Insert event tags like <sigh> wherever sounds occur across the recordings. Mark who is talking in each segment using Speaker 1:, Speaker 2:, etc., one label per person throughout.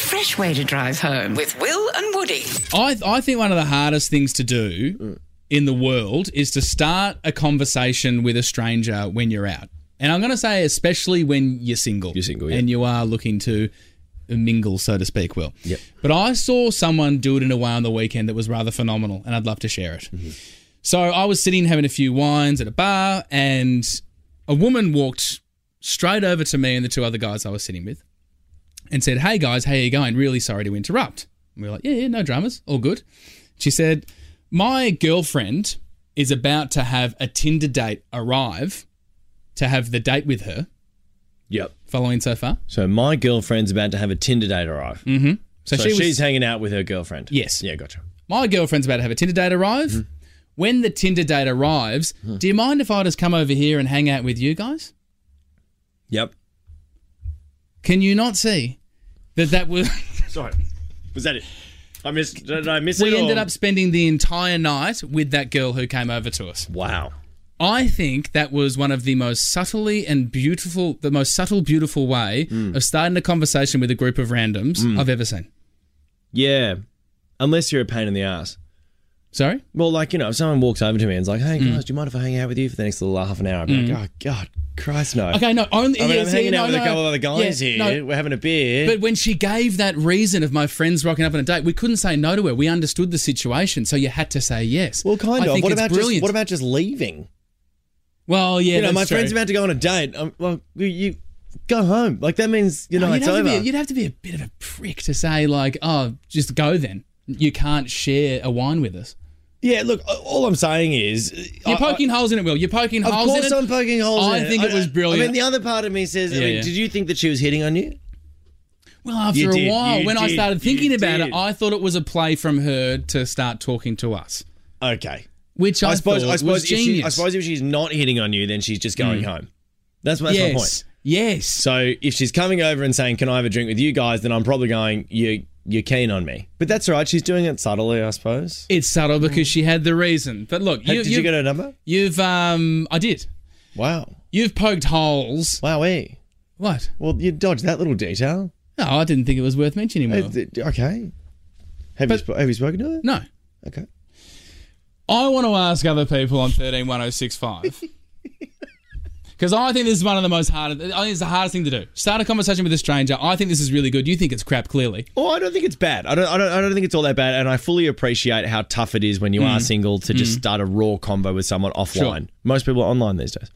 Speaker 1: fresh way to drive home with Will and Woody.
Speaker 2: I, I think one of the hardest things to do
Speaker 3: Mm.
Speaker 2: in the world is to start a conversation with a stranger when you're out. And I'm going to say, especially when you're single.
Speaker 3: You're single, yeah.
Speaker 2: And you are looking to mingle, so to speak, Will.
Speaker 3: Yep.
Speaker 2: But I saw someone do it in a way on the weekend that was rather phenomenal, and I'd love to share it.
Speaker 3: Mm-hmm.
Speaker 2: So I was sitting having a few wines at a bar, and a woman walked straight over to me and the two other guys I was sitting with and said, Hey guys, how you going? Really sorry to interrupt. And we were like, Yeah, yeah, no dramas, all good. She said, My girlfriend is about to have a Tinder date arrive to have the date with her.
Speaker 3: Yep.
Speaker 2: Following so far?
Speaker 3: So my girlfriend's about to have a Tinder date arrive.
Speaker 2: So,
Speaker 3: Mm-hmm. So
Speaker 2: she was,
Speaker 3: she's hanging out with her girlfriend.
Speaker 2: Yes.
Speaker 3: Yeah, gotcha.
Speaker 2: My girlfriend's about to have a Tinder date arrive.
Speaker 3: Mm-hmm.
Speaker 2: When the Tinder date arrives, do you mind if I just come over here and hang out with you guys?
Speaker 3: Yep.
Speaker 2: Can you not see that that was. <laughs>
Speaker 3: Sorry. Was that it? I missed. Did I miss it?
Speaker 2: we
Speaker 3: or-
Speaker 2: ended up spending the entire night with that girl who came over to us.
Speaker 3: Wow.
Speaker 2: I think that was one of the most subtly and beautiful, the most subtle, beautiful way
Speaker 3: Hmm.
Speaker 2: of starting a conversation with a group of randoms I've ever seen.
Speaker 3: Yeah. Unless you're a pain in the ass.
Speaker 2: Sorry?
Speaker 3: Well, like you know, if someone walks over to me and's like, "Hey guys, do you mind if I hang out with you for the next little half an hour?" I'd be like, "Oh God, Christ no."
Speaker 2: Okay, no, only.
Speaker 3: I mean,
Speaker 2: yeah,
Speaker 3: I'm
Speaker 2: yeah,
Speaker 3: hanging
Speaker 2: no,
Speaker 3: out with
Speaker 2: no.
Speaker 3: a couple of other guys
Speaker 2: Yeah,
Speaker 3: here.
Speaker 2: no,
Speaker 3: We're having a beer.
Speaker 2: But when she gave that reason of my friends rocking up on a date, we couldn't say no to her. We understood the situation, so you had to say yes.
Speaker 3: well, kind
Speaker 2: I
Speaker 3: of.
Speaker 2: think
Speaker 3: What
Speaker 2: it's
Speaker 3: about
Speaker 2: brilliant.
Speaker 3: just what about just leaving?
Speaker 2: Well, yeah,
Speaker 3: you know,
Speaker 2: that's
Speaker 3: my
Speaker 2: true.
Speaker 3: friend's about to go on a date. Um well, you, you go home. Like that means you know
Speaker 2: Oh, you'd
Speaker 3: it's
Speaker 2: have to
Speaker 3: over.
Speaker 2: Be, you'd have to be a bit of a prick to say like, "Oh, just go then. You can't share a wine with us."
Speaker 3: yeah, look, a- all I'm saying is,
Speaker 2: You're
Speaker 3: I-
Speaker 2: poking holes in it, Will. You're poking
Speaker 3: I- of
Speaker 2: holes in
Speaker 3: course,
Speaker 2: it.
Speaker 3: I'm poking holes.
Speaker 2: I
Speaker 3: in
Speaker 2: think it was brilliant.
Speaker 3: I mean, the other part of me says, I
Speaker 2: Yeah,
Speaker 3: mean,
Speaker 2: yeah.
Speaker 3: did you think that she was hitting on you?
Speaker 2: Well, after
Speaker 3: You
Speaker 2: a
Speaker 3: did,
Speaker 2: while,
Speaker 3: you
Speaker 2: when I
Speaker 3: did,
Speaker 2: started thinking
Speaker 3: you
Speaker 2: about
Speaker 3: did.
Speaker 2: it, I thought it was a play from her to start talking to us,
Speaker 3: Okay.
Speaker 2: which I,
Speaker 3: I suppose.
Speaker 2: thought
Speaker 3: I
Speaker 2: was
Speaker 3: suppose. If
Speaker 2: genius. Mm.
Speaker 3: she, I suppose if she's not hitting on you, then she's just going home. That's, that's
Speaker 2: yes,
Speaker 3: my point.
Speaker 2: yes.
Speaker 3: So if she's coming over and saying, "Can I have a drink with you guys?" then I'm probably going, "You you're keen on me." But that's all right. She's doing it subtly, I suppose.
Speaker 2: it's subtle because she had the reason. But look,
Speaker 3: Hey,
Speaker 2: you,
Speaker 3: did you,
Speaker 2: you,
Speaker 3: get her number?
Speaker 2: you've um, I did.
Speaker 3: Wow.
Speaker 2: You've poked holes.
Speaker 3: Wowee.
Speaker 2: What?
Speaker 3: Well, you dodged that little detail.
Speaker 2: No, I didn't think it was worth mentioning. Will.
Speaker 3: Uh, th- Okay. Have you
Speaker 2: But-
Speaker 3: sp- have you spoken to her?
Speaker 2: no.
Speaker 3: Okay.
Speaker 2: I want to ask other people on <laughs> 131065. Because I think this is one of the most hard. I think it's the hardest thing to do. Start a conversation with a stranger. I think this is really good. You think it's crap, clearly.
Speaker 3: Oh, I don't think it's bad. I don't, I don't. I don't think it's all that bad, and I fully appreciate how tough it is when you are
Speaker 2: Mm.
Speaker 3: single to just start a raw combo with someone offline. Most people are online these days.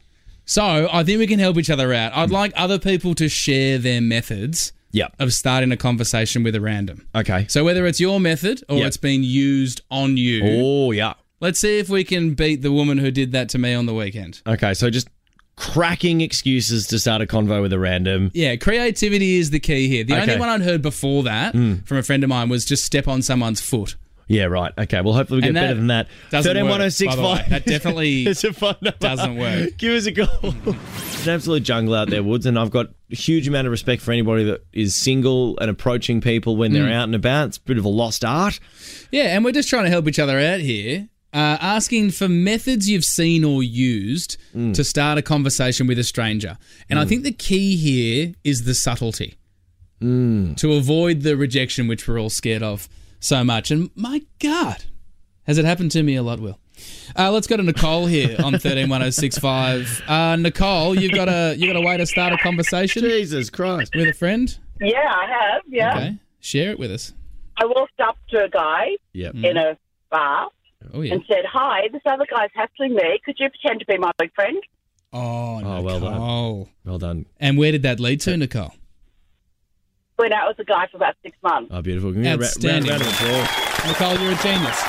Speaker 2: So I think we can help each other out. I'd
Speaker 3: Hmm.
Speaker 2: like other people to share their methods
Speaker 3: Yeah.
Speaker 2: of starting a conversation with a random.
Speaker 3: Okay.
Speaker 2: So whether it's your method or
Speaker 3: Yeah.
Speaker 2: it's been used on you,
Speaker 3: Oh yeah.
Speaker 2: let's see if we can beat the woman who did that to me on the weekend.
Speaker 3: Okay. So just cracking excuses to start a convo with a random.
Speaker 2: Yeah, creativity is the key here. The only
Speaker 3: Okay. Hmm.
Speaker 2: one I'd heard before that from a friend of mine was just step on someone's foot.
Speaker 3: Yeah, right. Okay. Well, hopefully we get
Speaker 2: And that
Speaker 3: better than that.
Speaker 2: doesn't work, by the way.
Speaker 3: 131065. <laughs>
Speaker 2: That definitely
Speaker 3: It's a fun number.
Speaker 2: doesn't work.
Speaker 3: Give us a call. it's an absolute jungle out there, Woods, and I've got a huge amount of respect for anybody that is single and approaching people when they're
Speaker 2: Mm.
Speaker 3: out and about. It's a bit of a lost art.
Speaker 2: Yeah, and we're just trying to help each other out here. Uh, asking for methods you've seen or used
Speaker 3: Mm.
Speaker 2: to start a conversation with a stranger. And I think the key here is the subtlety
Speaker 3: Mm.
Speaker 2: to avoid the rejection, which we're all scared of so much. And my God, has it happened to me a lot, Will? Uh, let's go to Nicole here
Speaker 3: <laughs>
Speaker 2: on 131065. Uh, Nicole, you've got a you got a way to start a conversation
Speaker 3: Jesus Christ.
Speaker 2: with a friend.
Speaker 4: Yeah, I have. Yeah.
Speaker 2: Okay, share it with us.
Speaker 4: I walked up to a guy
Speaker 3: Yep.
Speaker 4: in a bar
Speaker 2: Oh Mm-hmm. yeah.
Speaker 4: and said, Hi, this other guy's hassling me. Could you pretend to be my boyfriend?
Speaker 2: Oh, Nicole.
Speaker 3: Oh, well done. Well done.
Speaker 2: And where did that lead to, Nicole?
Speaker 4: Went out with the guy for about six months.
Speaker 3: Oh, beautiful. Give me a ra- round,
Speaker 2: Outstanding.
Speaker 3: round of applause.
Speaker 2: Nicole, you're a genius.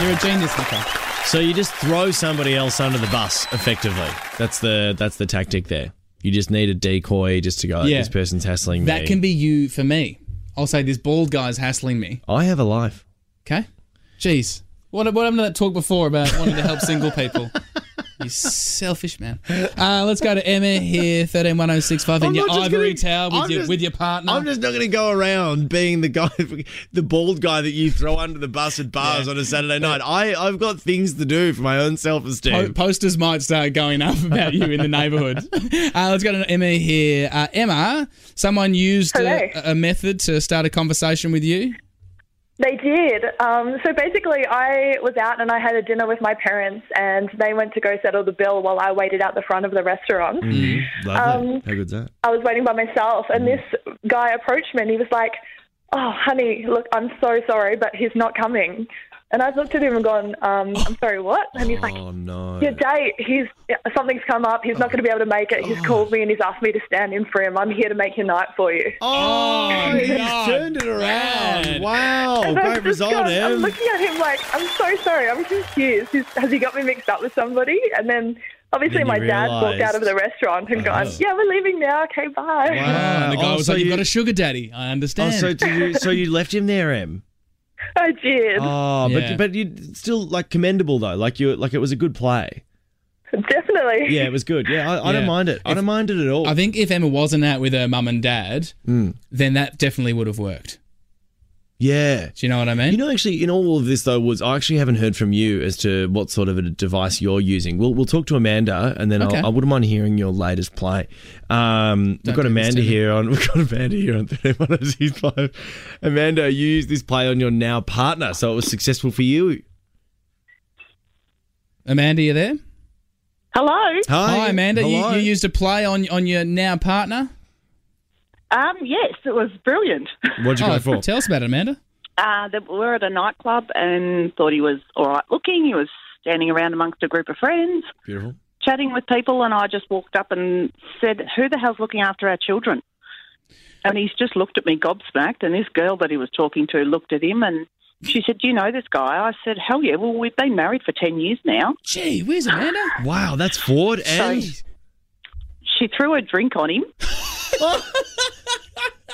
Speaker 2: You're a genius, Nicole.
Speaker 3: So you just throw somebody else under the bus, effectively. That's the that's the tactic there. You just need a decoy just to go,
Speaker 2: Yeah.
Speaker 3: this person's hassling me.
Speaker 2: That can be you for me. I'll say this bald guy's hassling me.
Speaker 3: I have a life. <laughs>
Speaker 2: Okay? Jeez. What, what happened to that talk before about wanting to help single people? You selfish man. Uh, let's go to Emma here, 131065 in
Speaker 3: I'm
Speaker 2: your
Speaker 3: not just
Speaker 2: ivory
Speaker 3: gonna-
Speaker 2: tower with
Speaker 3: I'm
Speaker 2: your
Speaker 3: just-
Speaker 2: with your partner.
Speaker 3: I'm just not going to go around being the guy, <laughs> the bald guy that you throw under the bus at bars on a Saturday night. I, I've got things to do for my own self
Speaker 2: Po-
Speaker 3: esteem.
Speaker 2: posters might start going up about you in
Speaker 3: <laughs>
Speaker 2: the neighbourhood. Uh, let's go to Emma here. Uh, Emma, someone used
Speaker 5: Hello.
Speaker 2: a, a method to start a conversation with you.
Speaker 5: They did. Um, so basically, I was out and I had a dinner with my parents, and they went to go settle the bill while I waited out the front of the restaurant.
Speaker 3: Mm. Mm-hmm. Lovely.
Speaker 5: Um,
Speaker 3: How good's that?
Speaker 5: I was waiting by myself, and this guy approached me and he was like, Oh, honey, look, I'm so sorry, but he's not coming. And I looked at him and gone, um, I'm sorry, what? And he's like,
Speaker 3: Oh, no.
Speaker 5: Your date, he's something's come up. He's not going to be able to make it. He's called me and he's asked me to stand in for him. I'm here to make your night for you.
Speaker 3: Oh, he's
Speaker 2: God.
Speaker 3: turned it around.
Speaker 2: Man.
Speaker 3: Wow.
Speaker 5: And I've
Speaker 3: Oh, Great
Speaker 5: just
Speaker 3: result,
Speaker 5: gone- I'm
Speaker 3: Em.
Speaker 5: looking at him like, I'm so sorry. I'm confused. Is, has he got me mixed up with somebody? And then obviously
Speaker 3: Then you Uh-huh.
Speaker 5: my dad walked out of
Speaker 3: realised.
Speaker 5: the restaurant and gone, yeah, we're leaving now. Okay, bye. <laughs>
Speaker 2: Ah, and the guy
Speaker 3: oh,
Speaker 2: was
Speaker 3: so
Speaker 2: like, "You've
Speaker 3: you-
Speaker 2: got a sugar daddy." I
Speaker 3: Oh,
Speaker 2: understand.
Speaker 3: so, do you, so you left him there,
Speaker 5: <laughs>
Speaker 3: Em?
Speaker 5: I did.
Speaker 3: Oh,
Speaker 2: Yeah.
Speaker 3: but but you still like commendable though. Like you like it was a good play.
Speaker 5: Definitely.
Speaker 3: Yeah, it was good. Yeah, I, I
Speaker 2: Yeah.
Speaker 3: don't mind it. I don't mind it at all.
Speaker 2: I think if Emma wasn't out with her mum and dad,
Speaker 3: Hmm.
Speaker 2: then that definitely would have worked.
Speaker 3: yeah.
Speaker 2: Do you know what I mean?
Speaker 3: You know, actually, in all of this though, Woods, I actually haven't heard from you as to what sort of a device you're using. We'll we'll talk to Amanda, and then
Speaker 2: Okay.
Speaker 3: I'll, I wouldn't mind hearing your latest play. Um, we've
Speaker 2: Don't do
Speaker 3: got
Speaker 2: this
Speaker 3: Amanda
Speaker 2: to me.
Speaker 3: here on <laughs> we've got Amanda here on thirty one oh six five. Amanda, you used this play on your now partner, so it was successful for you.
Speaker 2: Amanda, you there?
Speaker 4: Hello.
Speaker 3: Hi,
Speaker 2: Hi, Amanda. You,
Speaker 3: Hello.
Speaker 2: you used a play on on your now partner.
Speaker 4: Um, yes, it was <laughs> brilliant.
Speaker 3: What'd you
Speaker 2: oh,
Speaker 3: go for?
Speaker 2: tell us about it, Amanda.
Speaker 4: Uh, that we were at a nightclub and thought he was all right looking. He was standing around amongst a group of friends,
Speaker 3: Beautiful.
Speaker 4: chatting with people, and I just walked up and said, "Who the hell's looking after our children?" And he's just looked at me gobsmacked, and this girl that he was talking to looked at him and. She said, Do you know this guy? I said, Hell yeah. Well, we've been married for 10 years now.
Speaker 2: Gee, where's Amanda?
Speaker 3: Wow, that's forward and
Speaker 4: She threw a drink
Speaker 3: <laughs>
Speaker 4: on him.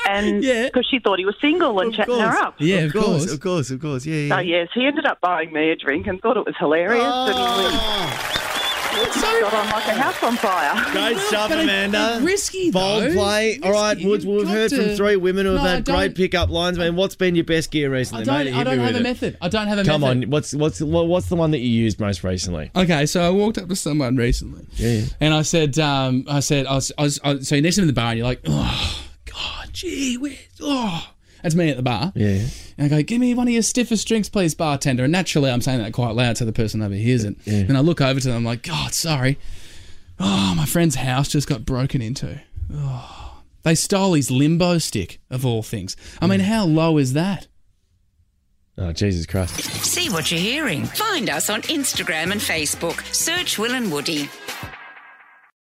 Speaker 4: and
Speaker 2: Yeah.
Speaker 4: because she thought he was single and
Speaker 3: Of
Speaker 4: chatting
Speaker 3: course.
Speaker 4: her up.
Speaker 2: Yeah, of course.
Speaker 3: of course, of course. Yeah, yeah.
Speaker 4: So yes, he ended up buying me a drink and thought it was hilarious,
Speaker 3: Oh. Ah!
Speaker 4: and we got on like a house on fire.
Speaker 3: Great stuff,
Speaker 2: But it-
Speaker 3: Amanda.
Speaker 2: it's risky,
Speaker 3: Bold
Speaker 2: though.
Speaker 3: play. All right,
Speaker 2: Risky.
Speaker 3: Woods,
Speaker 2: You've
Speaker 3: we've
Speaker 2: got
Speaker 3: heard
Speaker 2: to-
Speaker 3: from three women who
Speaker 2: No, I
Speaker 3: have had great
Speaker 2: don't-
Speaker 3: pickup lines. Man, what's been your best gear
Speaker 2: I
Speaker 3: recently?
Speaker 2: don't.
Speaker 3: mate?
Speaker 2: I
Speaker 3: Hit me
Speaker 2: don't have
Speaker 3: with
Speaker 2: a
Speaker 3: it.
Speaker 2: method. I don't have a
Speaker 3: Come
Speaker 2: method.
Speaker 3: on, what's what's what- what's the one that you used most recently?
Speaker 2: Okay, so I walked up to someone recently,
Speaker 3: yeah.
Speaker 2: and I said, um, I said, I was, I was, I was- so you're next to him in the bar, and you're like, oh god, gee, where's, oh, that's me at the bar.
Speaker 3: Yeah.
Speaker 2: And I go, give me one of your stiffest drinks, please, bartender. And naturally, I'm saying that quite loud so the person overhears it. And I look over to them, I'm like, God, sorry. Oh, my friend's house just got broken into. Oh. They stole his limbo stick, of all things. I mean, how low is that?
Speaker 3: Oh Jesus Christ!
Speaker 1: See what you're hearing. Find us on Instagram and Facebook. Search Will and Woody.